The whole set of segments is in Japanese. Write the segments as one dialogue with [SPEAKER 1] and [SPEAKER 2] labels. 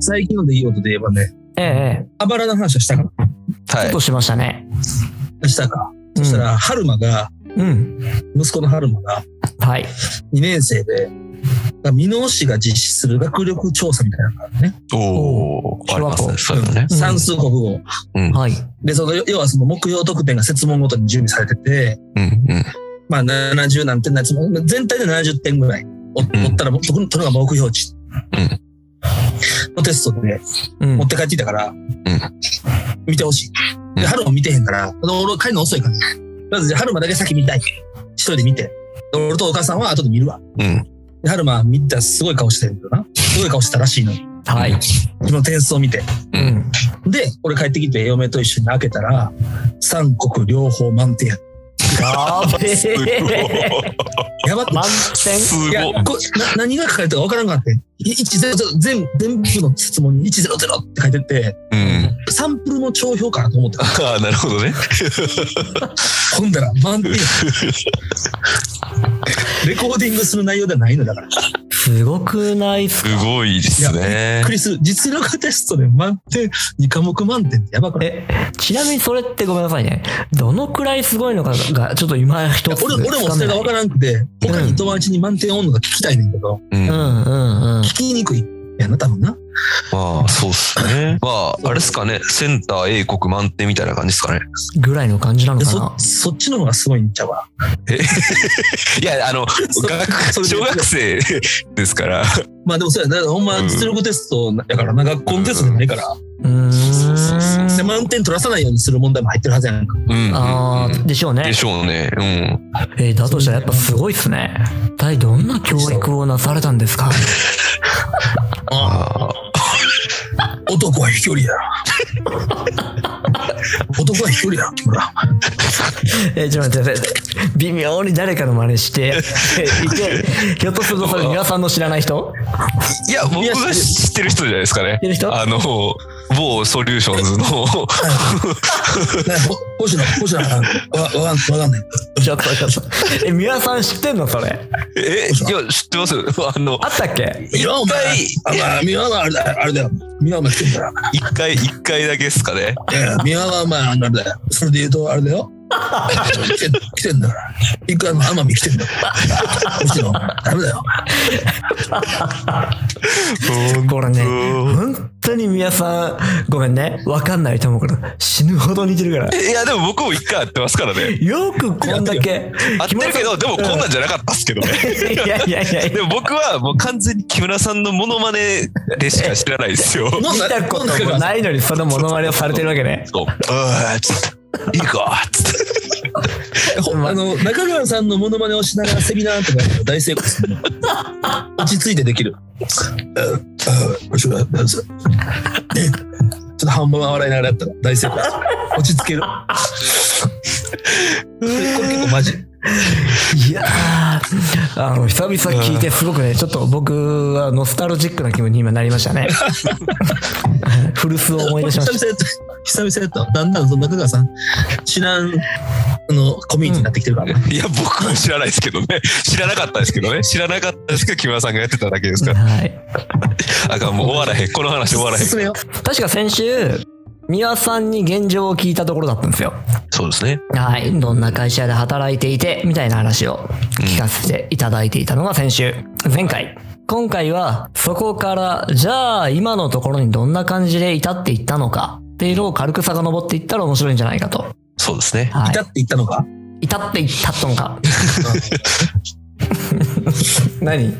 [SPEAKER 1] 最近の出来事で言えばね、
[SPEAKER 2] ええ、
[SPEAKER 1] あばらの話はしたか
[SPEAKER 2] ええ、
[SPEAKER 3] は
[SPEAKER 2] としましたね。
[SPEAKER 1] なしたか。
[SPEAKER 2] うん
[SPEAKER 1] そしたら、春馬が、
[SPEAKER 2] うん。
[SPEAKER 1] 息子の春馬が
[SPEAKER 2] はい。
[SPEAKER 1] 2年生で、箕面市が実施する学力調査みたいなのがあるね。
[SPEAKER 3] い。おお、ありますね。そういうのね。
[SPEAKER 2] うん
[SPEAKER 1] 算数国語。
[SPEAKER 2] はい。
[SPEAKER 1] で、その、要はその目標得点が設問ごとに準備されてて、
[SPEAKER 3] うんうん。
[SPEAKER 1] まあ70何点なやつも、全体で70点ぐらい。おおったら、僕のとのが目標値。
[SPEAKER 3] うん
[SPEAKER 1] のテストで
[SPEAKER 2] うん
[SPEAKER 1] 持っ。て帰ってきたから、見てほしい。
[SPEAKER 3] うん
[SPEAKER 1] で、春も見てへんから、俺帰るの遅いから。まずじゃあ春馬だけ先見たい。一人で見て。で俺とお母さんは後で見るわ。
[SPEAKER 3] うん。
[SPEAKER 1] で、春馬見たらすごい顔してるんだよな。すごい顔してたらしいの。
[SPEAKER 2] はい。
[SPEAKER 1] 自分の点数を見て。
[SPEAKER 2] うん。
[SPEAKER 1] で、俺帰ってきて嫁と一緒に開けたら、三国両方満点や。
[SPEAKER 2] やべ
[SPEAKER 3] すごい。
[SPEAKER 2] え。
[SPEAKER 1] やばって。
[SPEAKER 2] 満
[SPEAKER 3] すご
[SPEAKER 1] い
[SPEAKER 3] い。
[SPEAKER 1] やこな何が書かれてるか分からんかって100全全部の質問に100って書いてて
[SPEAKER 3] うん。
[SPEAKER 1] サンプルの帳票かなと思って
[SPEAKER 3] ああ、なるほどね。
[SPEAKER 1] ほんだら満点やレコーディングする内容ではないのだから
[SPEAKER 2] 点すごくないっす
[SPEAKER 3] す
[SPEAKER 2] か
[SPEAKER 3] ごいですね
[SPEAKER 1] ク。リス実力テストで満点2科目満点ってやばくない
[SPEAKER 2] え、ちなみにそれってごめんなさいね。どのくらいすごいのかが、ちょっと今一つ。
[SPEAKER 1] 俺俺もそれが分
[SPEAKER 2] わ
[SPEAKER 1] からんくて他に友達に満点おんのが聞きたいねんけど
[SPEAKER 3] うん。
[SPEAKER 2] うんうんうん。
[SPEAKER 1] 聞きにくいやな多分な
[SPEAKER 3] まあ、そうっすね。まあ、あれっすかね。センター A 国満点みたいな感じですかね。
[SPEAKER 2] ぐらいの感じなの
[SPEAKER 1] で
[SPEAKER 2] か
[SPEAKER 1] そ
[SPEAKER 2] な。
[SPEAKER 1] そっちの方がすごいんちゃうわ
[SPEAKER 3] いや、あの、
[SPEAKER 1] そそ
[SPEAKER 3] 学
[SPEAKER 1] れで
[SPEAKER 3] 小学生ですから。
[SPEAKER 1] まあでもそうやなほんま
[SPEAKER 3] うん
[SPEAKER 1] 実力テストやからな学校のテストじゃないから
[SPEAKER 2] うー
[SPEAKER 3] そうそうそうん
[SPEAKER 1] で
[SPEAKER 2] ん。
[SPEAKER 1] 満点取らさないようにする問題も入ってるはずやんか。
[SPEAKER 3] うん。
[SPEAKER 2] ああ、でしょうね
[SPEAKER 3] で。しょうね。うん。
[SPEAKER 2] えーだとしたらやっぱすごいっすね。一体どんな教育をなされたんですか
[SPEAKER 3] あ
[SPEAKER 1] 男は飛距 離だ。男は飛距離だ。ほら。
[SPEAKER 2] えーちょっと待ってください。微妙に誰かの真似して、 えーいてひょっとするとそれ、皆さんの知らない人
[SPEAKER 3] いや、僕が知ってる人じゃないですかね
[SPEAKER 2] 知ってる。人
[SPEAKER 3] あの、某ソリューションズの、
[SPEAKER 1] ねほ星野、星野さん。わ、わかん、わかんない。
[SPEAKER 2] ちょっとちょっと。えー、皆さん知ってんのそれ。
[SPEAKER 3] え、いや、知ってますあの、
[SPEAKER 2] あったっけ
[SPEAKER 1] いや、お前。あ、まあ、三輪はあれだよ。あれだよ。三輪お前来てるから。
[SPEAKER 3] 一回、一回だけですかね。
[SPEAKER 1] いや、三輪はお前、あれだよ。それで言うと、あれだよ。 来てん来てんだから。一回あの奄美来てんだから。星野、ダメだよ。
[SPEAKER 2] これね、本当に皆さん、ごめんね。わかんないと思うから、死ぬほど似てるから。
[SPEAKER 3] いや、でも僕も一回会ってますからね。
[SPEAKER 2] よくこんだけ。
[SPEAKER 3] 会ってるけど、でもこんなんじゃなかったっすけどね。
[SPEAKER 2] い やいやいやい
[SPEAKER 3] で
[SPEAKER 2] や。
[SPEAKER 3] も僕はもう完全に木村さんのモノマネでしか知らないですよ。
[SPEAKER 1] 飲ん
[SPEAKER 2] 見
[SPEAKER 1] だ
[SPEAKER 2] たこともないのにそのモノマネをされてるわけね。
[SPEAKER 3] そう。あーちょっといいかっつって。
[SPEAKER 1] ほあ の中川さんのモノマネをしながらセミナーとか大成功するの落ち着いてできる。ああ後ろだそうねちょっと半分笑いながらやったら大成功です落ち着ける。これ結構マジ。
[SPEAKER 2] いやーあの、久々聞いてすごくね、ちょっと僕はノスタルジックな気分に今なりました ね。古巣を思い出しまし
[SPEAKER 1] 久々やった。久々やった。だんだんその中川さん知らんあのコミュニティになってきてるから、
[SPEAKER 3] いや、僕も知らないですけどね。知らなかったですけどね。知らなかったですけど、木村さんがやってただけですか
[SPEAKER 2] た。
[SPEAKER 3] ら。
[SPEAKER 2] はい。
[SPEAKER 3] あかん、もう終わらへん。この話終わらへん。
[SPEAKER 1] 進めよ
[SPEAKER 2] 確か先週、三輪さんに現状を聞いたところだったんですよ。
[SPEAKER 3] そうですね。
[SPEAKER 2] はい。どんな会社で働いていて、みたいな話を聞かせていただいていたのが先週、前回。今回は、そこから、じゃあ今のところにどんな感じで至っていったのか、っていうのを軽く遡っていったら面白いんじゃないかと。
[SPEAKER 3] そうですね。
[SPEAKER 2] はい
[SPEAKER 1] いたって言ったのか。
[SPEAKER 2] 至っていったとんか。 何
[SPEAKER 1] い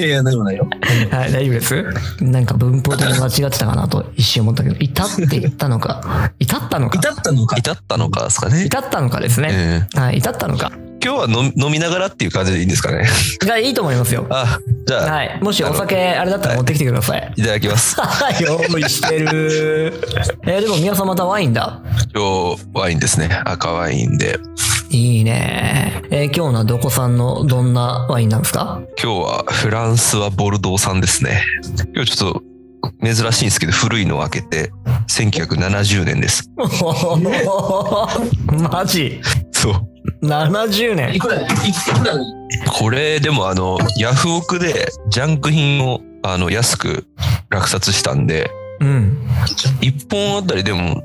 [SPEAKER 1] やいや大丈夫ないよ。
[SPEAKER 2] はい、大丈夫です。なんか文法的に間違ってたかなと一瞬思ったけど、至っていったのか。至ったのか。
[SPEAKER 1] 至ったのか。
[SPEAKER 3] 至ったのかですかね。
[SPEAKER 2] 至ったのかですね。
[SPEAKER 3] え
[SPEAKER 2] はい、至ったのか。
[SPEAKER 3] え今日は飲み飲みながらっていう感じでいいんですかね。
[SPEAKER 2] がいいと思いますよ。
[SPEAKER 3] あ、じゃあ、い、
[SPEAKER 2] はい。もしお酒、あれだったら持ってきてください。
[SPEAKER 3] ただきます。
[SPEAKER 2] 用意してる。 えー、でも皆さんまたワインだ。
[SPEAKER 3] 今日、ワインですね。赤ワインで。
[SPEAKER 2] いいね。えー、今日のはどこさんのどんなワインなんですか
[SPEAKER 3] 今日はフランスはボルドー産ですね。今日ちょっと珍しいんですけど、古いのを開けて、1970年です。
[SPEAKER 2] おーマジ
[SPEAKER 3] そう。
[SPEAKER 2] ?70
[SPEAKER 1] い
[SPEAKER 2] 年。
[SPEAKER 1] くらいくら
[SPEAKER 3] これ、でもあの、ヤフオクでジャンク品をあの安く落札したんで、
[SPEAKER 2] うん。
[SPEAKER 3] 1本あたりでも、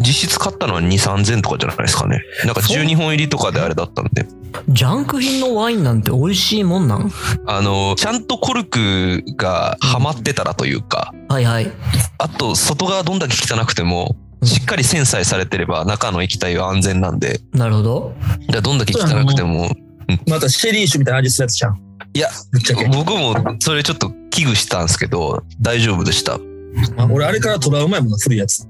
[SPEAKER 3] 実質買ったのは2、3000とかじゃないですかね。なんか12本入りとかであれだったんで。
[SPEAKER 2] ジャンク品のワインなんて美味しいもんなん
[SPEAKER 3] あの、ちゃんとコルクがはまってたらというか、
[SPEAKER 2] はいはい。
[SPEAKER 3] あと外側どんだけ汚くても、
[SPEAKER 2] うん
[SPEAKER 3] しっかり繊細されてれば中の液体は安全なんで、
[SPEAKER 2] なるほど。
[SPEAKER 3] だからどんだけ汚くても、
[SPEAKER 1] またシェリー酒みたいな味するやつじゃん。
[SPEAKER 3] いや、
[SPEAKER 1] ぶっちゃけ。
[SPEAKER 3] 僕もそれちょっと危惧したんですけど、大丈夫でした。
[SPEAKER 1] あ俺、あれからトラウマやもんな、古いや つ。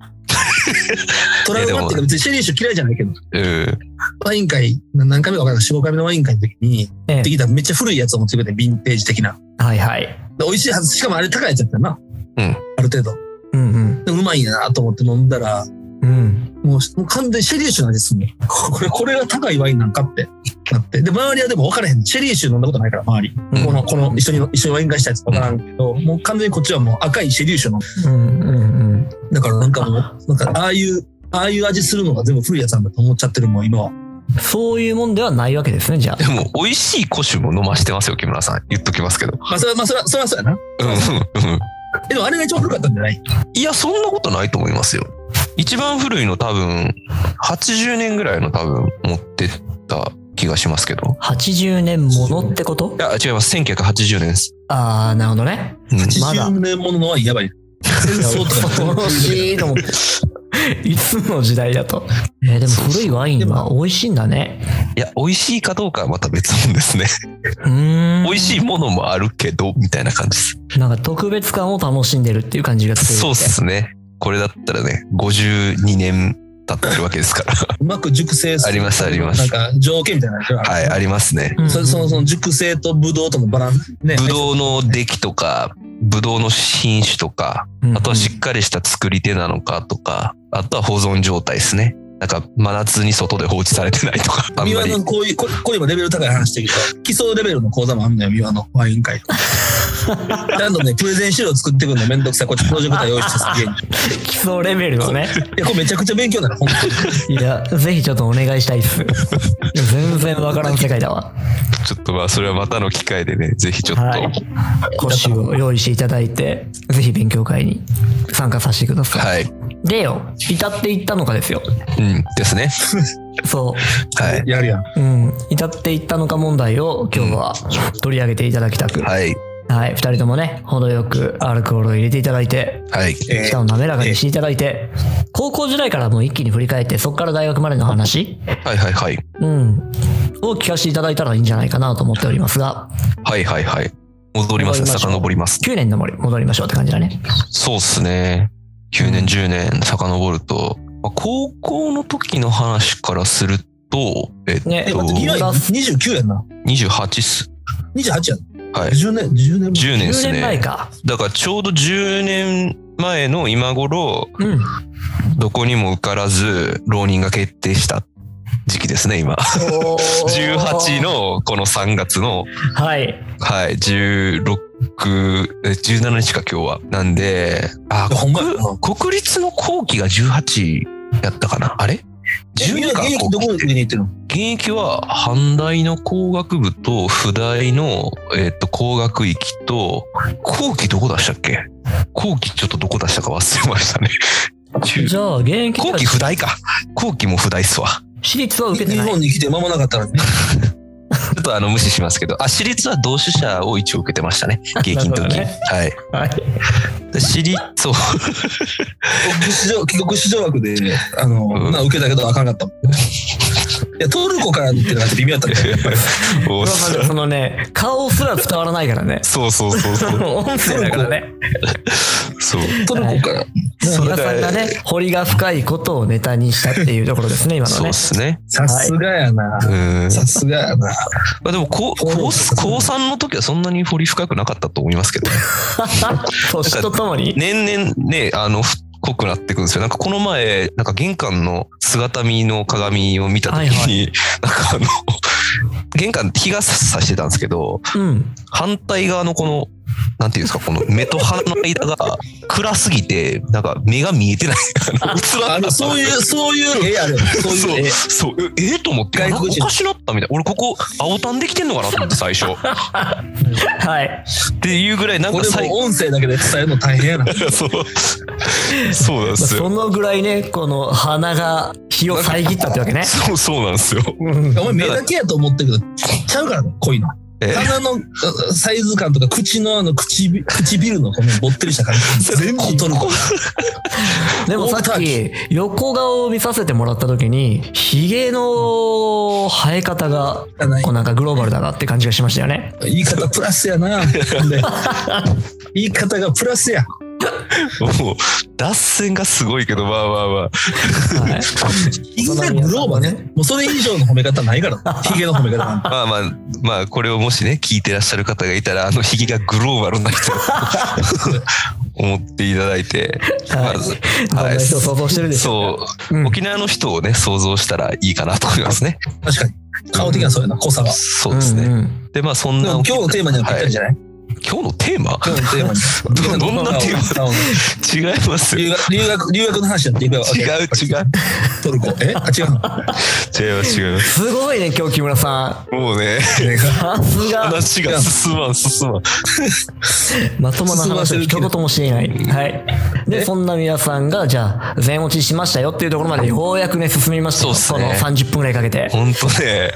[SPEAKER 1] トラウマっていうか、別にシェリー酒嫌いじゃないけど、
[SPEAKER 3] うん。
[SPEAKER 1] ワイン会、な何回目か分からない、4、5回目のワイン会の時に、
[SPEAKER 2] ええ
[SPEAKER 1] 持ってきためっちゃ古いやつを持ってくれて、ヴィンテージ的な。
[SPEAKER 2] はいはい。
[SPEAKER 1] で美味しいはず、しかもあれ高いやつやったよな。
[SPEAKER 3] うん
[SPEAKER 1] ある程度。
[SPEAKER 2] うん
[SPEAKER 1] でもうまいなと思って飲んだら、
[SPEAKER 2] うん。うん。
[SPEAKER 1] もうもう完全にシェリー酒の味すんの。これ、これが高いワインなんかってなって。で、周りはでも分からへん。シェリー酒飲んだことないから、周り。
[SPEAKER 3] うん
[SPEAKER 1] この、この、一緒に、一緒にワイン会したやつ分からんけど、もう完全にこっちはもう赤いシェリー酒の。
[SPEAKER 2] うんうん
[SPEAKER 1] だからなんかもう、なんかああいう、ああいう味するのが全部古いやつなんだと思っちゃってるもん、今は。
[SPEAKER 2] うん。そういうもんではないわけですね、じゃ
[SPEAKER 3] でも、美味しい古酒も飲ましてますよ、木村さん。言っときますけど。
[SPEAKER 1] まあ、それは、まあ、それは、それはそうやな。
[SPEAKER 3] うんうんうん。
[SPEAKER 1] えでもあれが一番古かったんじゃない
[SPEAKER 3] いや、そんなことないと思いますよ。一番古いの多分、80年ぐらいの多分持ってった気がしますけど。
[SPEAKER 2] あ。80年ものってこと
[SPEAKER 3] いや、違います。1980年です。
[SPEAKER 2] ああ、なるほどね。
[SPEAKER 3] うん
[SPEAKER 2] まだ
[SPEAKER 1] ?80 年もののワインやばい。戦争とか
[SPEAKER 2] 恐 ろしいと思って。いつの時代だと。えーでも古いワインは美味しいんだね。
[SPEAKER 3] いや、美味しいかどうかはまた別もんですね。
[SPEAKER 2] うーん。
[SPEAKER 3] 美味しいものもあるけど、みたいな感じです。
[SPEAKER 2] い。なんか特別感を楽しんでるっていう感じがする。
[SPEAKER 3] そうっ。すね。これだったらね、52年経ってるわけですから。
[SPEAKER 1] うまく熟成する
[SPEAKER 3] ありますあります
[SPEAKER 1] なんか条件みたいなのあるから
[SPEAKER 3] はい、ありますね。
[SPEAKER 2] うんうん
[SPEAKER 1] そそのその熟成とブドウとのバランスね。
[SPEAKER 3] ブドウの出来とか、ブドウの品種とか、あとはしっかりした作り手なのかとか、あとは保存状態ですね。なんか真夏に外で放置されてないと か、あん
[SPEAKER 1] 三
[SPEAKER 3] ま
[SPEAKER 1] 輪
[SPEAKER 3] り。
[SPEAKER 1] のこういう、ここういう今レベル高い話してるけど、基礎レベルの講座もあんのよ、三輪のワイ ン会。ちゃんとね、プレゼン資料作ってくるのめんどくさい。こっちプロジェクター用意してすげえに。
[SPEAKER 2] 基礎レベルのね。
[SPEAKER 1] いや、これめちゃくちゃ勉強になる、本当に。
[SPEAKER 2] いや、ぜひちょっとお願いしたいっす。全然わからん世界だわ。
[SPEAKER 3] ちょっとまあ、それはまたの機会でね、ぜひちょっと。
[SPEAKER 2] はい講習を用意していただいて、ぜひ勉強会に参加させてください。
[SPEAKER 3] はい。
[SPEAKER 2] でよ、至っていったのかですよ。
[SPEAKER 3] うん、ですね。
[SPEAKER 2] そ
[SPEAKER 3] はい。
[SPEAKER 1] やるやん。
[SPEAKER 2] う。うん。至っていったのか問題を今日は取り上げていただきたく。
[SPEAKER 3] はい。
[SPEAKER 2] はい。二人ともね、程よくアルコールを入れていただいて、
[SPEAKER 3] はい。
[SPEAKER 1] え
[SPEAKER 2] 舌を滑らかにしていただいて、高校時代からもう一気に振り返って、そこから大学までの話、
[SPEAKER 3] はいはいはい。
[SPEAKER 2] うん。を聞かせていただいたらいいんじゃないかなと思っておりますが、
[SPEAKER 3] はいはいはい。戻ります
[SPEAKER 2] 戻
[SPEAKER 3] ね。
[SPEAKER 2] りましょう
[SPEAKER 3] 遡ります。
[SPEAKER 2] 9年の森、戻りましょうって感じだね。
[SPEAKER 3] そうっすね。9年、10年遡ると、まあ高校の時の話からすると、えっと、
[SPEAKER 2] ね
[SPEAKER 1] え、待って、二輪29やんな。
[SPEAKER 3] 28っす。
[SPEAKER 1] 28やん。
[SPEAKER 3] はい。
[SPEAKER 1] 10年、10年前。
[SPEAKER 3] 10年っす
[SPEAKER 2] 10年前
[SPEAKER 3] ね。
[SPEAKER 2] か。
[SPEAKER 3] だからちょうど10年前の今頃、
[SPEAKER 2] うん。
[SPEAKER 3] どこにも受からず、浪人が決定した時期ですね、今。18。のこの3月の、
[SPEAKER 2] はい。
[SPEAKER 3] はい、16、え17日か今日は。なんで、あ
[SPEAKER 1] いやほんまやな
[SPEAKER 3] 国、国立の後期が18やったかなあれ
[SPEAKER 1] えみん
[SPEAKER 3] ?12
[SPEAKER 1] な
[SPEAKER 3] か
[SPEAKER 1] 現役ど
[SPEAKER 3] 後期
[SPEAKER 1] こ
[SPEAKER 3] っ
[SPEAKER 1] に
[SPEAKER 3] て
[SPEAKER 1] 行ってるの
[SPEAKER 3] 現役は阪大の工学部と普大の、えっと工学域と後期どこ出したっけ後期ちょっとどこ出したか忘れ ましたね。中
[SPEAKER 2] じゃあ、現役
[SPEAKER 3] 後期普大か。後期も普大っすわ。
[SPEAKER 2] 私立は受けて
[SPEAKER 1] 日
[SPEAKER 2] ない。
[SPEAKER 1] 本に来て間もなかったのにね。
[SPEAKER 3] ちょっとあの無視しますけど、あ、私立は同志社を一応受けてま したね。現役
[SPEAKER 2] な
[SPEAKER 3] の
[SPEAKER 2] るほど
[SPEAKER 3] 時。
[SPEAKER 2] ね
[SPEAKER 3] はい。
[SPEAKER 2] はい。
[SPEAKER 3] で私立、 そう。
[SPEAKER 1] 帰国子女学で、あの、
[SPEAKER 3] うん
[SPEAKER 1] な受けたけどあかんか ったもん。いや、トルコからっていうのが微妙だったね。
[SPEAKER 3] おそう
[SPEAKER 2] そのね、顔すら伝わらないからね。
[SPEAKER 3] そうそうそう
[SPEAKER 2] そ
[SPEAKER 3] そう。
[SPEAKER 2] の音声だからね。
[SPEAKER 3] そう。
[SPEAKER 1] トルコから。
[SPEAKER 3] それ
[SPEAKER 2] 皆さんがね、彫りが深いことをネタにしたっていうところですね、今の
[SPEAKER 3] そう
[SPEAKER 2] ね
[SPEAKER 3] っ。すね。
[SPEAKER 1] さすがやな。
[SPEAKER 3] うん。
[SPEAKER 1] さすがやな。
[SPEAKER 3] まあでも、高高高3の時はそんなに掘り深くなかったと思いますけど。
[SPEAKER 2] 年とともに。
[SPEAKER 3] 年々ね、あの、ふ濃くなってくんですよ。なんかこの前、なんか玄関の姿見の鏡を見た時に、
[SPEAKER 2] はい
[SPEAKER 3] なんかあの、 玄関日がさしてたんですけど、
[SPEAKER 2] うん。
[SPEAKER 3] 反対側のこの、なんていうんですか、この目と鼻の間が暗すぎて、なんか目が見えてない。あの薄
[SPEAKER 1] あ
[SPEAKER 3] 暗
[SPEAKER 1] の、そういう、そういう絵ある。そう
[SPEAKER 3] そう
[SPEAKER 1] いう絵。
[SPEAKER 3] そう、ええと思って、
[SPEAKER 1] 外
[SPEAKER 3] なんか
[SPEAKER 1] 国
[SPEAKER 3] お
[SPEAKER 1] 人
[SPEAKER 3] かしなったみたい。俺ここ、青タンできてんのかなと思って 最初。っ
[SPEAKER 2] はい。
[SPEAKER 3] ていうぐらい、なん
[SPEAKER 1] こ
[SPEAKER 3] か
[SPEAKER 1] れ
[SPEAKER 3] 最
[SPEAKER 1] も音声だけで伝えるの大変やな。
[SPEAKER 3] そう。そうなんですよ。
[SPEAKER 2] そのぐらいね、この鼻が日を遮ったってわけね。
[SPEAKER 3] そう、そうなんですよ。
[SPEAKER 2] うん
[SPEAKER 1] お前目だけやと思ってるけど、ちゃうからね、濃いの。
[SPEAKER 3] え
[SPEAKER 1] 鼻のあサイズ感とか口のあの唇唇のこのぼってりした感じ全部取るから
[SPEAKER 2] でもさっき、横顔を見させてもらった時に、ヒゲの生え方が、こうなんかグローバルだなって感じがしましたよね。
[SPEAKER 1] 言い方プラスやな。で言い方がプラスや。
[SPEAKER 3] もう、脱線がすごいけど、まあまあまあ。
[SPEAKER 2] はい。
[SPEAKER 1] みんなグローバね。もうそれ以上の褒め方ないから。 ヒゲの褒め方なんて。
[SPEAKER 3] まあまあ、まあ、これをもしね、聞いてらっしゃる方がいたら、あの、ヒゲがグローバルな人思っていただいて、
[SPEAKER 2] はい
[SPEAKER 3] まず
[SPEAKER 2] どんな人を想像してるでしょ。
[SPEAKER 3] そうう、
[SPEAKER 2] うん
[SPEAKER 3] 沖縄の人をね、想像したらいいかなと思いますね。
[SPEAKER 1] 確かに。顔的にはそうやな、濃さは。
[SPEAKER 3] そうですね。
[SPEAKER 2] んん
[SPEAKER 3] で、まあ、そん
[SPEAKER 1] で
[SPEAKER 3] な
[SPEAKER 1] も今日のテーマにはぴったりじゃない
[SPEAKER 3] 今日のテーマ
[SPEAKER 1] 今日のテーマに。
[SPEAKER 3] ど どんなテーマ
[SPEAKER 1] マ
[SPEAKER 3] 違いますよ。
[SPEAKER 1] 留学、留学、留学の話だっていくわけ。
[SPEAKER 3] 違う違う。違い
[SPEAKER 1] トルコ。えあ、違うの。
[SPEAKER 3] ます違います。
[SPEAKER 2] すごいね、今日木村さ
[SPEAKER 3] もうね、
[SPEAKER 2] ん。さすが、
[SPEAKER 3] 話が進まん進まん。
[SPEAKER 2] まともな話を一言もしていない。はい。で、そんな皆さんが、じゃあ、全落ちしましたよっていうところまでようやくね、進みましたよ。
[SPEAKER 3] そうっすね
[SPEAKER 2] この30分ぐらいかけて。
[SPEAKER 3] 本当ね、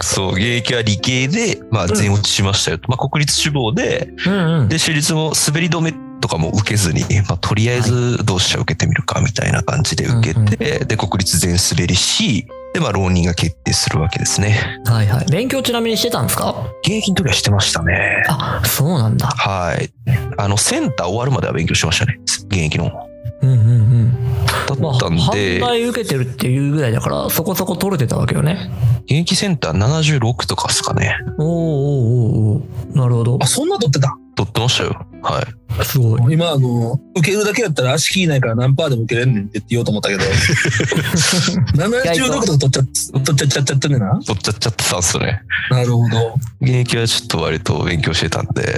[SPEAKER 3] そう、現役は理系で、まあ、全落ちしましたよと。まあ、国立志望で、
[SPEAKER 2] うんうん。
[SPEAKER 3] で、私立も滑り止めとかも受けずに、まあ、とりあえず同志社受けてみるかみたいな感じで受けて、
[SPEAKER 2] うんうん
[SPEAKER 3] で、国立全滑りし、で、まあ、浪人が決定するわけですね。
[SPEAKER 2] はいはい。勉強ちなみにしてたんですか
[SPEAKER 3] 現役の時はしてましたね。
[SPEAKER 2] あ、そうなんだ。
[SPEAKER 3] はい。あの、センター終わるまでは勉強しましたね。現役の。
[SPEAKER 2] うんうんうん。
[SPEAKER 3] だ
[SPEAKER 2] まあ、
[SPEAKER 3] ったん
[SPEAKER 2] 販
[SPEAKER 3] で、
[SPEAKER 2] 売受けてるっていうぐらいだから、そこそこ取れてたわけよね。
[SPEAKER 3] 現役センター76とかですかね。
[SPEAKER 2] おーおーおーおーなるほど
[SPEAKER 1] あ、。そんな撮ってた
[SPEAKER 3] 取ってましたよ。はい。
[SPEAKER 2] すごい。
[SPEAKER 1] 今、あの、受けるだけやったら足切りないから何パーでも受けれんねんって言おうと思った けど、76とか取っちゃっ、取っちゃっちゃってんねんな。
[SPEAKER 3] 取っちゃっちゃってたんですよね。
[SPEAKER 1] なるほど。
[SPEAKER 3] 現役はちょっと割と勉強してたんで。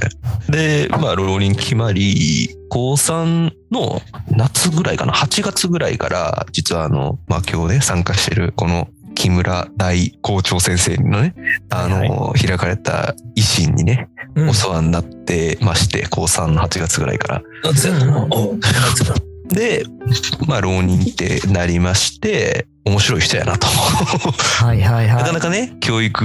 [SPEAKER 3] で、まあ、浪人決まり、高3の夏ぐらいかな、8月ぐらいから、実はあの、まあ今日ね、参加してる、この、木村大校長先生のね、あの、
[SPEAKER 2] はい
[SPEAKER 3] 開かれた維新にね、
[SPEAKER 2] うん
[SPEAKER 3] お世話になってまして、高3の8月ぐらいから。
[SPEAKER 1] 夏やったな。うん夏やっ
[SPEAKER 3] で、まあ、浪人ってなりまして、面白い人やなと。
[SPEAKER 2] はいはいはい。
[SPEAKER 3] なかなかね、教育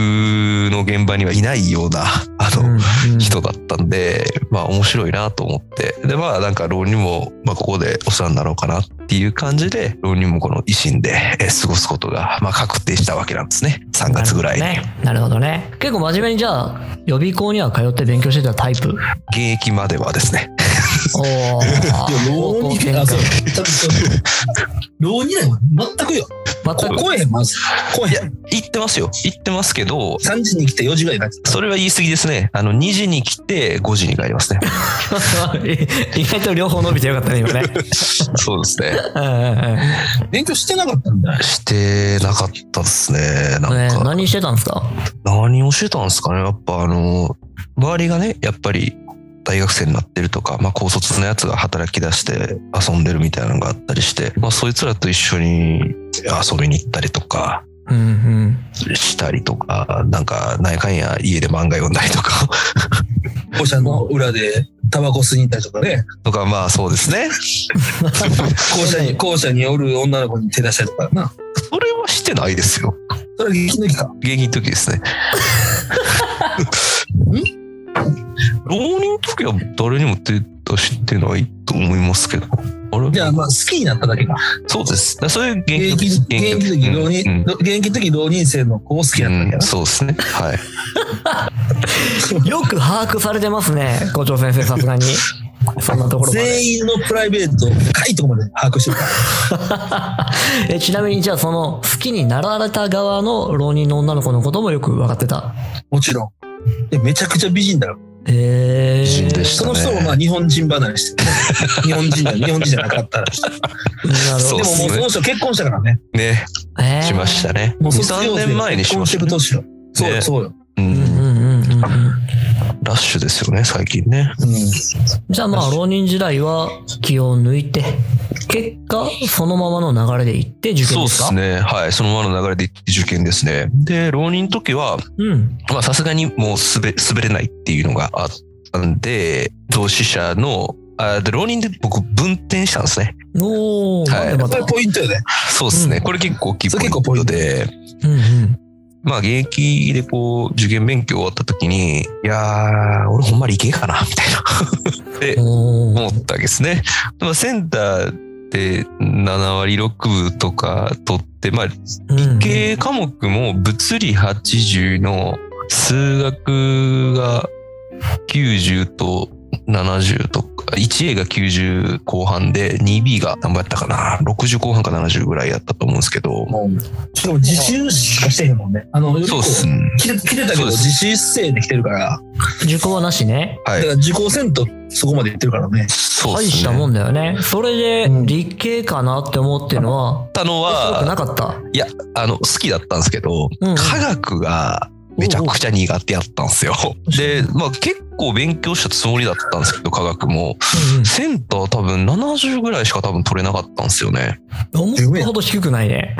[SPEAKER 3] の現場にはいないような、あ
[SPEAKER 2] う
[SPEAKER 3] の、
[SPEAKER 2] んうん
[SPEAKER 3] 人だったんで、まあ面白いなと思って。で、まあなんか浪人も、まあここでお世話になろうかなっていう感じで、浪人もこの維新でえー過ごすことが、まあ確定したわけなんですね。3月ぐらいに。
[SPEAKER 2] なるほどね。結構真面目にじゃあ、予備校には通って勉強してたタイプ。
[SPEAKER 3] 現役まではですね。
[SPEAKER 2] おお。
[SPEAKER 1] たいや、浪人
[SPEAKER 2] 高
[SPEAKER 1] あ、
[SPEAKER 2] 校
[SPEAKER 1] そう
[SPEAKER 2] 見学。
[SPEAKER 1] ちょっとちょっと浪人なんか全くよ。
[SPEAKER 2] 全く。
[SPEAKER 1] 来えへん、まず。来えへん。
[SPEAKER 3] 行ってますよ。行ってますけど、
[SPEAKER 1] 3時に来て4時ぐらいになっちゃった
[SPEAKER 3] それは言い過ぎですね。あの、2時に来て5時に帰 りますね。
[SPEAKER 2] 意外と両方伸びてよかったね、今 ね。
[SPEAKER 3] そうですね。
[SPEAKER 2] うんうんうん
[SPEAKER 1] 勉強してなかったんだ。
[SPEAKER 3] してなかったですね。なんか。
[SPEAKER 2] ね何してたんですか
[SPEAKER 3] 何をしてたんですかねやっぱあの周りがねやっぱり大学生になってるとか、まあ、高卒のやつが働き出して遊んでるみたいなのがあったりして、まあ、そいつらと一緒に遊びに行ったりとか
[SPEAKER 2] うんうん。
[SPEAKER 3] したりとかなんか何やかんや家で漫画読んだりとか
[SPEAKER 1] 校舎の裏でタバコ吸いに行ったりとかね。
[SPEAKER 3] とかまあそうですね
[SPEAKER 1] 校舎に、校舎におる女の子に手出したりとかな。
[SPEAKER 3] それはしてないですよ
[SPEAKER 1] それは息抜きか。
[SPEAKER 3] 現役の時ですね浪人の時は誰にも手出してないと思いますけどあれ
[SPEAKER 1] じゃあ、まあ、好きになっただけか。
[SPEAKER 3] そうです。だそういう現
[SPEAKER 1] 現役、現役の時、浪人、
[SPEAKER 3] うん
[SPEAKER 1] 現役の時、浪人生の子を好き
[SPEAKER 3] う
[SPEAKER 1] やっただけ
[SPEAKER 3] んう
[SPEAKER 1] やな。
[SPEAKER 3] んそうですね。はい。
[SPEAKER 2] よく把握されてますね、校長先生、さすがに。そんなところまで。
[SPEAKER 1] 全員のプライベートを深いところまで把握してるから。
[SPEAKER 2] えちなみにじゃあその好きになられた側の浪人の女の子のこともよく分かってた。
[SPEAKER 1] もちろん。でめちゃくちゃ美人だよ。
[SPEAKER 2] へえ
[SPEAKER 3] 美人でし
[SPEAKER 1] その人もまあ日本人離れしてる。日本人だ、日本人じゃなかったらしい。
[SPEAKER 2] なる
[SPEAKER 1] で
[SPEAKER 2] ほ
[SPEAKER 3] そう
[SPEAKER 1] も
[SPEAKER 3] っ
[SPEAKER 1] もうそ
[SPEAKER 3] すね
[SPEAKER 1] の人結婚したからね。
[SPEAKER 3] ね。
[SPEAKER 2] ど。えー
[SPEAKER 3] しましたね。2、
[SPEAKER 1] もう卒業
[SPEAKER 3] 3
[SPEAKER 1] 生
[SPEAKER 3] 年前に
[SPEAKER 1] 結
[SPEAKER 3] しま
[SPEAKER 1] 婚し
[SPEAKER 3] してた
[SPEAKER 1] る
[SPEAKER 3] ね。
[SPEAKER 1] 年よ。そうよ、
[SPEAKER 3] ね
[SPEAKER 1] そうよ。
[SPEAKER 3] う
[SPEAKER 2] うん
[SPEAKER 3] ん
[SPEAKER 2] うんうんうんうん。
[SPEAKER 3] ララッシュですよね、最近ね。
[SPEAKER 2] じゃあ まあ、浪人時代は気を抜いて、結果、そのままの流れで行って受験
[SPEAKER 3] そう
[SPEAKER 2] で
[SPEAKER 3] です
[SPEAKER 2] か
[SPEAKER 3] すね。はい。そのままの流れで受験ですね。で、浪人の時は、
[SPEAKER 2] うん。
[SPEAKER 3] まあさすがにもう滑滑れないっていうのがあったんで、同志社の、あで浪人で僕、分転したんですね。
[SPEAKER 2] おー、
[SPEAKER 3] はい
[SPEAKER 2] なんで
[SPEAKER 1] こ
[SPEAKER 2] また
[SPEAKER 1] れ。ポイントよね。
[SPEAKER 3] そうですね。
[SPEAKER 2] うん
[SPEAKER 3] これ結構大きい
[SPEAKER 1] それ結構
[SPEAKER 3] ポイントで、
[SPEAKER 2] うんうん。
[SPEAKER 3] まあ現役でこう、受験勉強終わった時に、いやー、俺ほんま理系かな、みたいな。 で、
[SPEAKER 2] おー
[SPEAKER 3] 思ったわけですね。まあ、センターで7割6分とか取って、まあ、理
[SPEAKER 2] うん
[SPEAKER 3] 系科目も物理80の数学が90と70とか、1A が90後半で、2B が何倍やったかな、60後半か70ぐらいやったと思うんですけど、
[SPEAKER 1] もう、しかも自習しかしてへんもんね。あの、
[SPEAKER 3] そうっすね。
[SPEAKER 1] 来て来てたけ
[SPEAKER 3] そ
[SPEAKER 1] ど、
[SPEAKER 3] うです
[SPEAKER 1] 自習姿勢で来てるから、
[SPEAKER 2] 受講はなしね。
[SPEAKER 3] は
[SPEAKER 1] だ
[SPEAKER 3] い
[SPEAKER 1] か。ら受講せんとそこまで行ってるからね。
[SPEAKER 3] そう
[SPEAKER 2] 大
[SPEAKER 3] で
[SPEAKER 2] し
[SPEAKER 3] す
[SPEAKER 2] たも
[SPEAKER 3] ね。
[SPEAKER 2] んだよね。それで
[SPEAKER 1] うん、
[SPEAKER 2] 理系かなって思ってるのは、
[SPEAKER 3] たの
[SPEAKER 2] すごくな
[SPEAKER 3] は、
[SPEAKER 2] かった。
[SPEAKER 3] あの、好きだったんですけど、
[SPEAKER 2] うんうん
[SPEAKER 3] 科学がめちゃくちゃ苦手やったんですよ。 で、まあ結構勉強したつもりだったんですけど、科学も。センター多分70ぐらいしか多分取れなかったんですよね。
[SPEAKER 2] うんうん。思ったほど低くないね。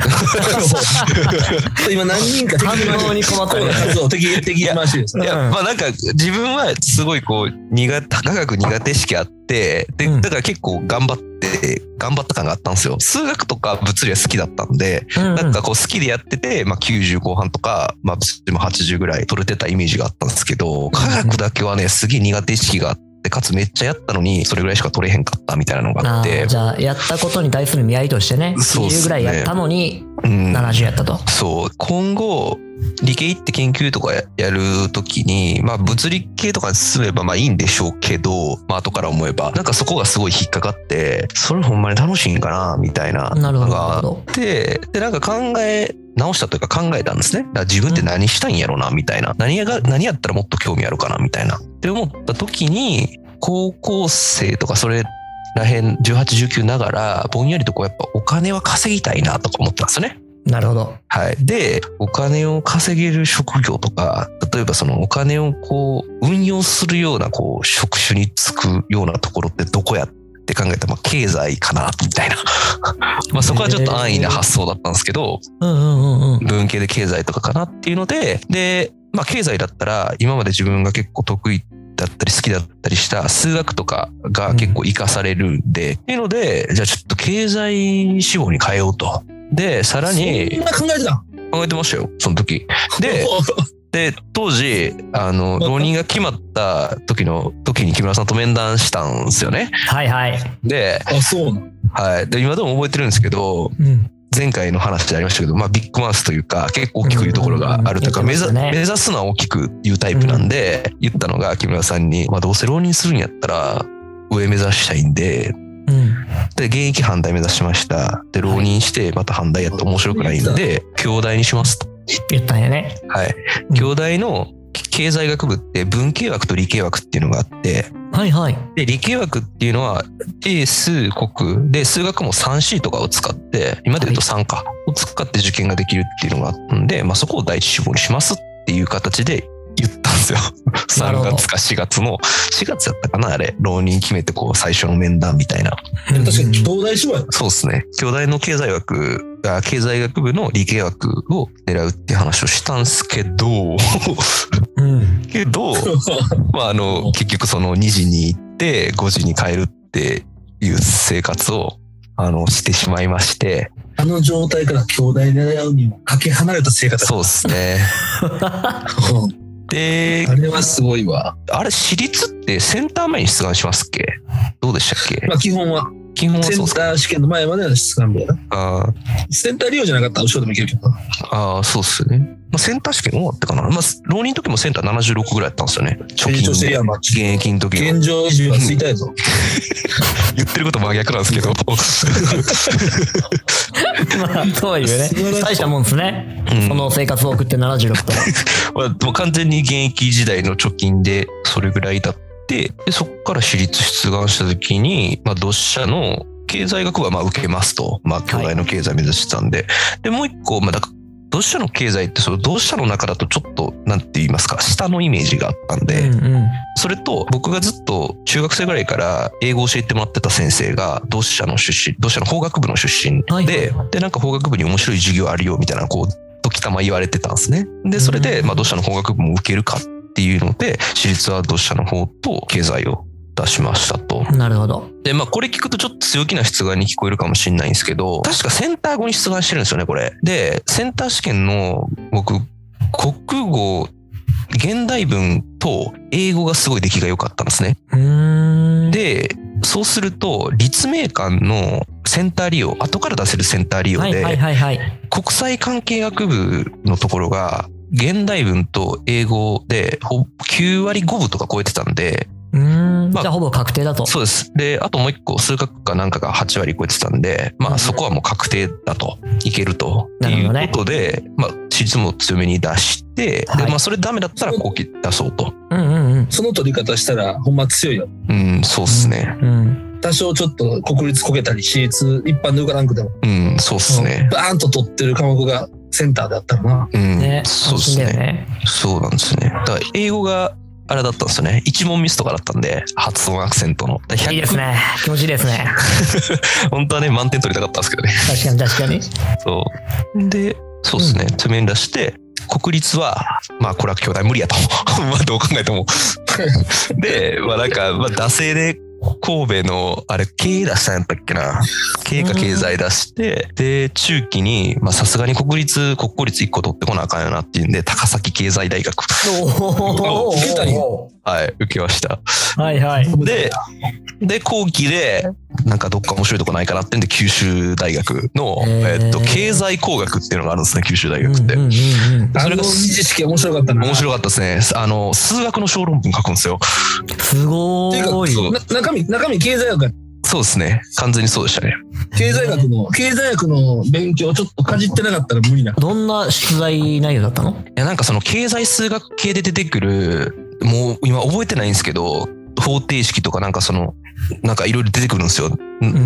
[SPEAKER 1] 今何人か
[SPEAKER 2] 反応に困った
[SPEAKER 1] そう
[SPEAKER 2] ね
[SPEAKER 1] だ。そう、敵、敵回しです
[SPEAKER 3] い
[SPEAKER 1] ね。
[SPEAKER 3] や、
[SPEAKER 2] うん
[SPEAKER 3] まあなんか自分はすごいこう苦手、科学苦手意識あって、で、
[SPEAKER 2] うん
[SPEAKER 3] だから結構頑張って、頑張った感があったんですよ。数学とか物理は好きだったんで、
[SPEAKER 2] うん
[SPEAKER 3] なんかこう好きでやってて、まあ90後半とか、まあ物理も80ぐらい取れてたイメージがあったんですけど、科学だけはね、すげえ苦手意識があって、かつめっちゃやったのに、それぐらいしか取れへんかったみたいなのが
[SPEAKER 2] あ
[SPEAKER 3] あっ
[SPEAKER 2] ー
[SPEAKER 3] て、
[SPEAKER 2] じゃあ、やったことに対する見合いとしてね、
[SPEAKER 3] そうっすね
[SPEAKER 2] 20ぐらいやったのに、
[SPEAKER 3] うん
[SPEAKER 2] 70やったと。
[SPEAKER 3] そう今後理系行って研究とかややるときに、まあ、物理系とかに進めばまあいいんでしょうけど、まあ後から思えばなんかそこがすごい引っかかってそれほんまに楽しいんかなみたいな
[SPEAKER 2] なるほ
[SPEAKER 3] の
[SPEAKER 2] ど。
[SPEAKER 3] が
[SPEAKER 2] な
[SPEAKER 3] あ
[SPEAKER 2] るほ
[SPEAKER 3] っ
[SPEAKER 2] ど
[SPEAKER 3] てでなんか考え直したというか考えたんですねだから自分って何したいんやろなみたいな何が何やったらもっと興味あるかなみたいなって思った時に高校生とかそれらへん1819ながらぼんやりとこうやっぱお金は稼ぎたいなとか思ったんですよね。
[SPEAKER 2] なるほど。
[SPEAKER 3] はい。で、お金を稼げる職業とか、例えばそのお金をこう、運用するような、こう、職種に就くようなところってどこやって考えたら、まあ、経済かな、みたいな。 まあ、そこはちょっと安易な発想だったんですけど、
[SPEAKER 2] うんうんうんうん。
[SPEAKER 3] 文系で経済とかかなっていうので、で、まあ、経済だったら、今まで自分が結構得意だったり好きだったりした数学とかが結構活かされるんで、っていうので、じゃあちょっと経済志望に変えようと。で、さらに、
[SPEAKER 1] そんな考えてたん
[SPEAKER 3] 考えてましたよ、その時。で、で、当時、あの、浪人が決まった時の、時に木村さんと面談したんですよね。
[SPEAKER 2] はいはい。
[SPEAKER 3] で、
[SPEAKER 1] あ、そうなの。
[SPEAKER 3] はい。で、今でも覚えてるんですけど、
[SPEAKER 2] うん。
[SPEAKER 3] 前回の話でありましたけど、まあ、ビッグマウスというか、結構大きく言うところがあるというか、
[SPEAKER 2] うんうん
[SPEAKER 3] 目
[SPEAKER 2] うん
[SPEAKER 3] ざ
[SPEAKER 2] 言ってましたね
[SPEAKER 3] 目指すのは大きく言うタイプなんで、言ったのが木村さんに、まあ、どうせ浪人するんやったら、上目指したいんで、
[SPEAKER 2] うん。
[SPEAKER 3] で、現役反対目指しました。で、浪人して、また反対やって面白くないんで、兄弟にしますと。
[SPEAKER 2] 言ったんやね。
[SPEAKER 3] はい。
[SPEAKER 2] うん
[SPEAKER 3] 京大の経済学部って文系枠と理系枠っていうのがあって、
[SPEAKER 2] はいはい。
[SPEAKER 3] で、理系枠っていうのは、英、数、国、で、数学も 3C とかを使って、今で言うと3か、を使って受験ができるっていうのがあったんで、まあそこを第一志望にしますっていう形で言ったんですよ。
[SPEAKER 2] なる
[SPEAKER 3] 3
[SPEAKER 2] ほど
[SPEAKER 3] 月か4月の、4月だったかな、あれ。浪人決めてこう最初の面談みたいな。
[SPEAKER 1] 確かに、東大志望やな
[SPEAKER 3] そうですね。京大の経済学が、経済学部の理系枠を狙うって話をしたんですけど、
[SPEAKER 2] うん。うん
[SPEAKER 3] けど、 まあ、あの、結局その2時に行って5時に帰るっていう生活を、あの、してしまいまして、
[SPEAKER 1] あの状態から兄弟狙うにもかけ離れた生活
[SPEAKER 3] そうで すね。
[SPEAKER 1] うん
[SPEAKER 3] で、
[SPEAKER 1] あれはすごいわ。
[SPEAKER 3] あれ、私立ってセンター前に出願しますっけどうでしたっけ
[SPEAKER 1] まあ基本は、
[SPEAKER 3] 基本は
[SPEAKER 1] セ
[SPEAKER 3] そう
[SPEAKER 1] ン
[SPEAKER 3] です
[SPEAKER 1] ター試験の前までは出願日やな。
[SPEAKER 3] か
[SPEAKER 1] センター利用じゃなかったら後ろでもいけるけどな。
[SPEAKER 3] ああ、そうっすね。まあ、センター試験終わってかな。まあ、浪人の時もセンター76ぐらいやったんですよね。貯
[SPEAKER 1] 成
[SPEAKER 3] 金
[SPEAKER 1] 長してる
[SPEAKER 3] で。
[SPEAKER 1] やん、マッ
[SPEAKER 3] 現
[SPEAKER 1] チ。
[SPEAKER 3] 役の時は
[SPEAKER 1] 現状維持は衰退ぞ。
[SPEAKER 3] 言ってること真逆なんですけど。
[SPEAKER 2] まあ、そういうね
[SPEAKER 1] 素晴らし。い
[SPEAKER 2] 大したもんですね。
[SPEAKER 3] うん
[SPEAKER 2] その生活を送って76とは。
[SPEAKER 3] まあ、もう完全に現役時代の貯金でそれぐらいだってでそこから私立出願した時に、まあ、同志社の経済学部はまあ受けますと、まあ、京大の経済目指してたんで、でもう一個、まあ、だから同志社の経済ってその同志社の中だとちょっとなんて言いますか下のイメージがあった んで、
[SPEAKER 2] うんうん。
[SPEAKER 3] それと僕がずっと中学生ぐらいから英語を教えてもらってた先生が同志社の出身同志社の法学部の出身で、
[SPEAKER 2] はい
[SPEAKER 3] でなんか法学部に面白い授業あるよみたいなこう時たま言われてたんですねでそれで、
[SPEAKER 2] うん
[SPEAKER 3] まあ、同志社の法学部も受けるかっていうので私立は同志社の方と経済を出しましたと
[SPEAKER 2] なるほど。
[SPEAKER 3] でまあこれ聞くとちょっと強気な出願に聞こえるかもしれないんですけど確かセンター語に出願してるんですよねこれでセンター試験の僕国語現代文と英語がすごい出来が良かったんですね
[SPEAKER 2] うーん。、
[SPEAKER 3] でそうすると立命館のセンター利用後から出せるセンター利用
[SPEAKER 2] はいはい
[SPEAKER 3] で
[SPEAKER 2] はいはい。
[SPEAKER 3] 国際関係学部のところが現代文と英語でほ9割5分とか超えてたんで
[SPEAKER 2] うーん。じ
[SPEAKER 3] まあ
[SPEAKER 2] ゃあほぼ確定だと。
[SPEAKER 3] そうです。で、あともう一個、数学かなんかが8割超えてたんで、ま
[SPEAKER 2] うん
[SPEAKER 3] あそこはもう確定だと、いけると。
[SPEAKER 2] なるほどね
[SPEAKER 3] っていうことで、まあ、私立も強めに出して、
[SPEAKER 2] はい
[SPEAKER 3] で、まあそれダメだったら後期出そうと。
[SPEAKER 2] うんうん
[SPEAKER 1] その取り方したら、ほんま強いよ。
[SPEAKER 3] うん、そうっすね。
[SPEAKER 2] うん。うん。
[SPEAKER 1] 多少ちょっと国立こけたり、私立一般の受からんくても、
[SPEAKER 3] うん、そうっすね。
[SPEAKER 1] バーンと取ってる科目がセンターだったらな。
[SPEAKER 3] うん、
[SPEAKER 2] ね。
[SPEAKER 3] そうっ
[SPEAKER 2] 安心
[SPEAKER 3] す
[SPEAKER 2] だよ
[SPEAKER 3] ね。
[SPEAKER 2] ね。
[SPEAKER 3] そうなんですね。だから英語が、あれだったんですよね。一問ミスとかだったんで、発音アクセントの。だから100
[SPEAKER 2] いいですね。気持ちいいですね。
[SPEAKER 3] 本当はね、満点取りたかったんですけどね。
[SPEAKER 2] 確かに確かに。
[SPEAKER 3] そう。で、そうですね、爪に出して、国立は、まあ、これは兄弟無理やと。 まあ、どう考えても。で、まあ、なんか、まあ、惰性で、神戸の、あれ、経営出したんやったっけな。経営か経済出して、で、中期に、まあ、さすがに国立、国公立1個取ってこなあかんよなっていうんで、高崎経済大学、
[SPEAKER 2] お
[SPEAKER 1] 受けたり
[SPEAKER 3] はい、受けました。
[SPEAKER 2] はいはい。
[SPEAKER 3] で、で、後期で、なんかどっか面白いとこないかなってんで、九州大学の、
[SPEAKER 2] へー
[SPEAKER 3] えっと、経済工学っていうのがあるんですね、九州大
[SPEAKER 2] うん
[SPEAKER 3] 学って
[SPEAKER 2] うん。うんうん。
[SPEAKER 1] あの二次試験面白かったな。
[SPEAKER 3] 面白かったですね。あの、数学の小論文書くんですよ。
[SPEAKER 2] すご
[SPEAKER 1] っ
[SPEAKER 2] ー
[SPEAKER 1] て
[SPEAKER 2] い。
[SPEAKER 1] いうかな中身、中身経済学や
[SPEAKER 3] そうですね。完全にそうでしたね。
[SPEAKER 1] 経済学の、経済学の勉強ちょっとかじってなかったら無理な。
[SPEAKER 2] どんな出題内容だったの
[SPEAKER 3] いや、なんかその経済数学系で出てくる、もう今覚えてないんですけど、方程式とかなんかその、なんかいろいろ出てくるんですよ。
[SPEAKER 2] うんうんう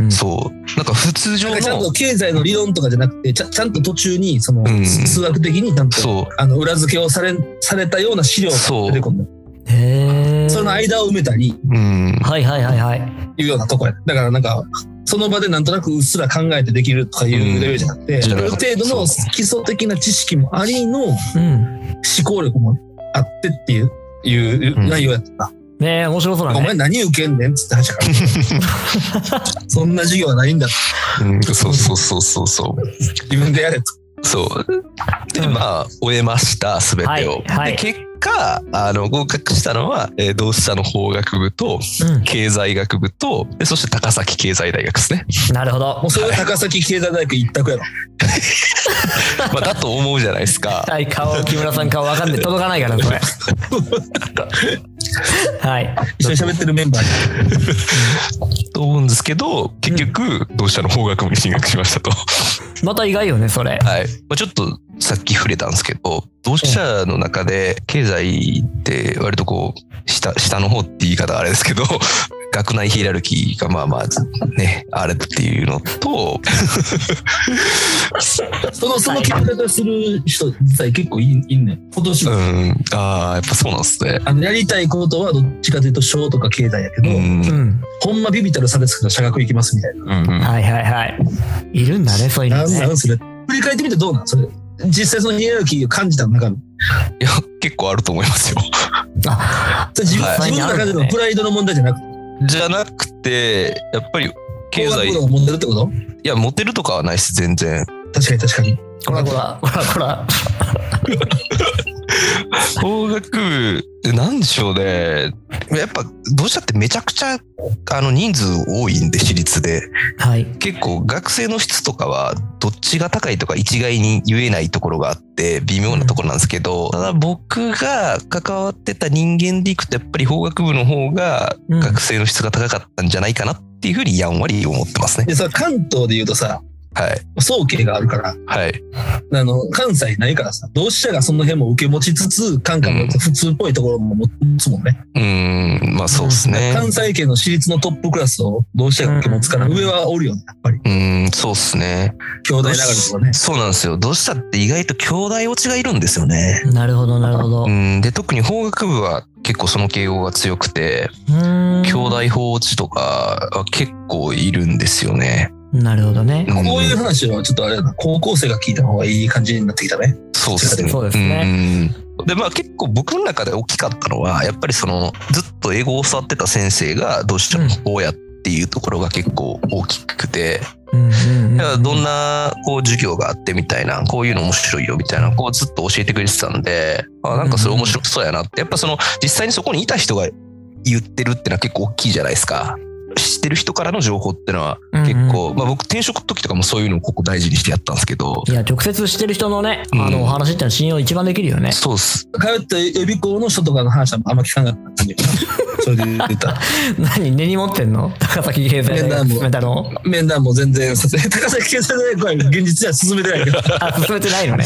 [SPEAKER 2] んうん。
[SPEAKER 3] そう。なんか普通上
[SPEAKER 1] なんかちゃんと
[SPEAKER 3] の、
[SPEAKER 1] 経済の理論とかじゃなくて、ちゃちゃんと途中に、その、
[SPEAKER 3] うん
[SPEAKER 1] 数学的にちゃんと、
[SPEAKER 3] そ
[SPEAKER 1] あの、裏付けをされ、されたような資料が
[SPEAKER 3] そう
[SPEAKER 1] 出てくるの。
[SPEAKER 2] へえ。
[SPEAKER 1] その間を埋めたり、
[SPEAKER 3] う。うん。
[SPEAKER 2] はいはいはいはい。
[SPEAKER 1] いうようなとこや。だからなんか、その場でなんとなくうっすら考えてできるとかいうレベルじゃなくて、
[SPEAKER 3] うん
[SPEAKER 1] ある程度の基礎的な知識もありの思
[SPEAKER 2] うん。
[SPEAKER 1] 考力もあってっていう、いう
[SPEAKER 3] うん
[SPEAKER 1] 内容やったな。
[SPEAKER 2] ねえ、面白そうだ
[SPEAKER 1] お
[SPEAKER 2] ね。
[SPEAKER 1] 前何受けんねんっつって話や から。そんな授業はないんだ。
[SPEAKER 3] うん、そうそうそうそうそう。
[SPEAKER 1] 自分でやれと。
[SPEAKER 3] そう。で、まあ、終えました、すべてを。
[SPEAKER 2] はいはい
[SPEAKER 3] で、結果、あの、合格したのは、えー同志社の法学部と、
[SPEAKER 2] うん。
[SPEAKER 3] 経済学部と、でそして高崎経済大学ですね。
[SPEAKER 2] なるほ
[SPEAKER 1] も
[SPEAKER 2] ど
[SPEAKER 1] う。それは高崎経済大学一択やろ。
[SPEAKER 3] まあ、だと思うじゃないですか。
[SPEAKER 2] はい、顔、木村さん顔わかんない。届かないからね、こ れ。はい。
[SPEAKER 1] 一緒に喋ってるメンバーに。
[SPEAKER 3] と思うんですけど、結局、同志社の法学部に進学しましたと。は
[SPEAKER 2] また意外よね、それ。
[SPEAKER 3] い。まあ、ちょっとさっき触れたんですけど、同志社の中で経済って割とこう、下、下の方って言い方はあれですけど、 学内ヒエラルキーがまあまあね、あれっていうの と、
[SPEAKER 1] その、その決め方する人、実際結構いいいんねん。今年
[SPEAKER 3] う
[SPEAKER 1] は。
[SPEAKER 3] ん、ああ、やっぱそうなんですね。
[SPEAKER 1] あの、やりたいことはどっちかというと、小とか経済やけど、
[SPEAKER 3] うん、う、
[SPEAKER 2] うんん。
[SPEAKER 1] ほんまビビたる差別から社学行きますみたいな。
[SPEAKER 3] うん。
[SPEAKER 2] はいはいはい。いるんだね、そういう
[SPEAKER 1] な
[SPEAKER 2] の
[SPEAKER 1] んな
[SPEAKER 2] ね。
[SPEAKER 1] んそれ。振り返ってみてどうなんそれ。実際そのヒエラルキーを感じたの中身。
[SPEAKER 3] いや、結構あると思いますよ。
[SPEAKER 2] あ、
[SPEAKER 1] それ自分
[SPEAKER 3] はい
[SPEAKER 1] 自分の中でのプライドの問題じゃなくて、
[SPEAKER 3] じゃなくて、やっぱり経
[SPEAKER 1] 工学
[SPEAKER 3] 済、
[SPEAKER 1] 部
[SPEAKER 3] い
[SPEAKER 1] の問題ってこと
[SPEAKER 3] や、モテるとかはないです、全然。
[SPEAKER 1] 確かに確かに。
[SPEAKER 2] こらこら、こらこら。
[SPEAKER 3] 法学部、なんでしょうね。やっぱ、どうしたってめちゃくちゃ、あの、人数多いんで、私立で。
[SPEAKER 2] はい。
[SPEAKER 3] 結構、学生の質とかは、どっちが高いとか一概に言えないところがあって、微妙なところなんですけど、ただ僕が関わってた人間でいくと、やっぱり法学部の方が、
[SPEAKER 2] うん
[SPEAKER 3] 学生の質が高かったんじゃないかなっていうふうに、やんわり思ってますね。
[SPEAKER 1] でさ、関東で言うとさ、
[SPEAKER 3] はい。
[SPEAKER 1] 宗家があるから、
[SPEAKER 3] はい。
[SPEAKER 1] あの、関西ないからさ、同志社がその辺も受け持ちつつ、関西も普通っぽいところも持つもんね。
[SPEAKER 3] うーん、まあそうですね。
[SPEAKER 1] 関西圏の私立のトップクラスを同志社が受け持つから、
[SPEAKER 2] うん
[SPEAKER 1] 上はおるよね、やっぱり。
[SPEAKER 3] うーん、そうですね。
[SPEAKER 1] 兄弟ながらとかね。
[SPEAKER 3] そうなんですよ。どうしたって意外と兄弟落ちがいるんですよね。
[SPEAKER 2] なるほど、なるほど
[SPEAKER 3] う。ん、で、特に法学部は結構その傾向が強くて、
[SPEAKER 2] 兄
[SPEAKER 3] 兄弟法落ちとかは結構いるんですよね。
[SPEAKER 2] なるほどね。
[SPEAKER 3] ん
[SPEAKER 1] こういう話はちょっとあれだな、高校生が聞いた方がいい感じになってきたね。
[SPEAKER 3] そうですね。
[SPEAKER 2] そうですね
[SPEAKER 3] うん。でまあ結構僕の中で大きかったのはやっぱりそのずっと英語を教わってた先生がどうしてもこうやっていうところが結構大きくて、
[SPEAKER 2] うんうん
[SPEAKER 3] だから
[SPEAKER 2] うん
[SPEAKER 3] どんなこう授業があってみたいなこういうの面白いよみたいなこうずっと教えてくれてたんであなんかそれ面白そうやなってやっぱその実際にそこにいた人が言ってるってのは結構大きいじゃないですか。知ってる人からの情報ってのは結構、まあ僕転職の時とかもそういうのをここ大事にしてやったんですけど、
[SPEAKER 2] いや、直接してる人のね、あ
[SPEAKER 3] うん
[SPEAKER 2] の、お話ってのは信用一番できるよね。
[SPEAKER 3] そうっす。
[SPEAKER 1] 通った予備校の人とかの話はあんま聞かなかった 感じがした。それで言ったら。
[SPEAKER 2] 何、根に持ってんの 高崎経済大学進めたの
[SPEAKER 1] 面談も全然させ、高崎経済大学は現実では進めてないけど。
[SPEAKER 2] あ、進めてないのね。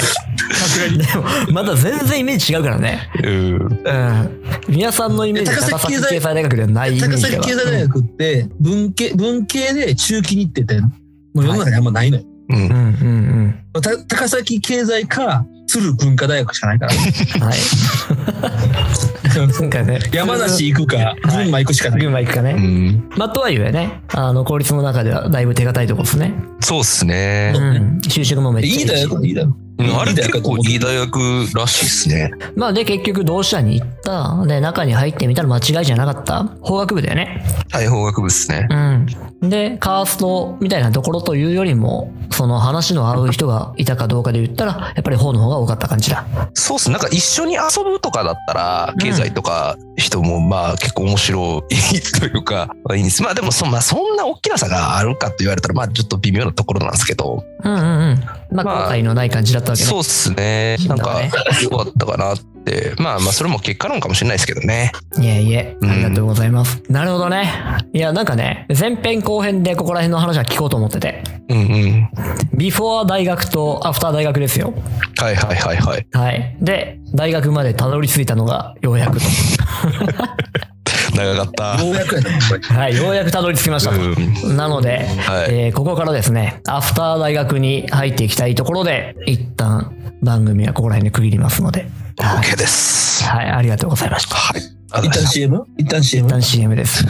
[SPEAKER 2] でも、まだ全然イメージ違うからね。
[SPEAKER 3] うん
[SPEAKER 2] うん。宮さんのイメージ
[SPEAKER 1] いや
[SPEAKER 2] 高
[SPEAKER 1] 高崎経
[SPEAKER 2] 崎
[SPEAKER 1] 済
[SPEAKER 2] 経済大学ではないイメー
[SPEAKER 1] 高
[SPEAKER 2] ジだ
[SPEAKER 1] 崎経済大学って文系、文系で中期に行ってて、もう世の中にあんまないのよ。
[SPEAKER 3] うん
[SPEAKER 2] うんうん
[SPEAKER 1] た高崎経済か、鶴文化大学しかないから。
[SPEAKER 2] うん。はい。なんかね。
[SPEAKER 1] 山梨行くか、群馬行くしかない。
[SPEAKER 2] 群馬行くか
[SPEAKER 3] う
[SPEAKER 2] ね。
[SPEAKER 3] ん
[SPEAKER 2] まあ、とはいえね、あの、効率の中ではだいぶ手堅いとこですね。
[SPEAKER 3] そうっす
[SPEAKER 2] う
[SPEAKER 3] ね。
[SPEAKER 2] ん。就職もめっちゃ
[SPEAKER 1] いい大
[SPEAKER 2] し
[SPEAKER 1] 学はいいだろ。
[SPEAKER 3] あれ結構いい大学らしいっすね。
[SPEAKER 2] まあで結局同志社に行ったで中に入ってみたら間違いじゃなかった法学部だよね
[SPEAKER 3] はい、法学部っすね。
[SPEAKER 2] うんでカーストみたいなところというよりもその話の合う人がいたかどうかで言ったらやっぱり法の方が多かった感じだ
[SPEAKER 3] そうっす。なんか一緒に遊ぶとかだったら、経済とか人もまあ結構面白いというか、 まあいいんです。まあでもそ、まあ、そんな大きな差があるかって言われたら、まあちょっと微妙なところなんですけど、
[SPEAKER 2] うんうんうんま
[SPEAKER 3] まあ
[SPEAKER 2] あ後悔のない感じだったわけね、
[SPEAKER 3] そうっすね。なんか良かったかなって。まあまあ、それも結果論かもしれないですけどね。
[SPEAKER 2] いえいえ
[SPEAKER 3] うん
[SPEAKER 2] ありがとうございます、なるほどねいやなんかね前編後編でここら辺の話は聞こうと思ってて
[SPEAKER 3] うんうん。
[SPEAKER 2] ビフォー大学とアフター大学ですよ
[SPEAKER 3] はいはいはいはい。
[SPEAKER 2] はいで大学までたどり着いたのがようやくと
[SPEAKER 3] 長かった。
[SPEAKER 1] ようやくやな、やっぱり。
[SPEAKER 2] はい、ようやくたどり着きましたと。
[SPEAKER 3] うん。
[SPEAKER 2] なので、
[SPEAKER 3] はい
[SPEAKER 2] えーここからですね、アフター大学に入っていきたいところで、一旦番組はここら辺で区切りますので、はい
[SPEAKER 3] OK です。
[SPEAKER 2] はい、ありがとうございました。
[SPEAKER 3] はい。ありがとうござい
[SPEAKER 1] 一
[SPEAKER 3] ました
[SPEAKER 1] 旦 CM? 一旦 CM?
[SPEAKER 2] 一旦 CM です。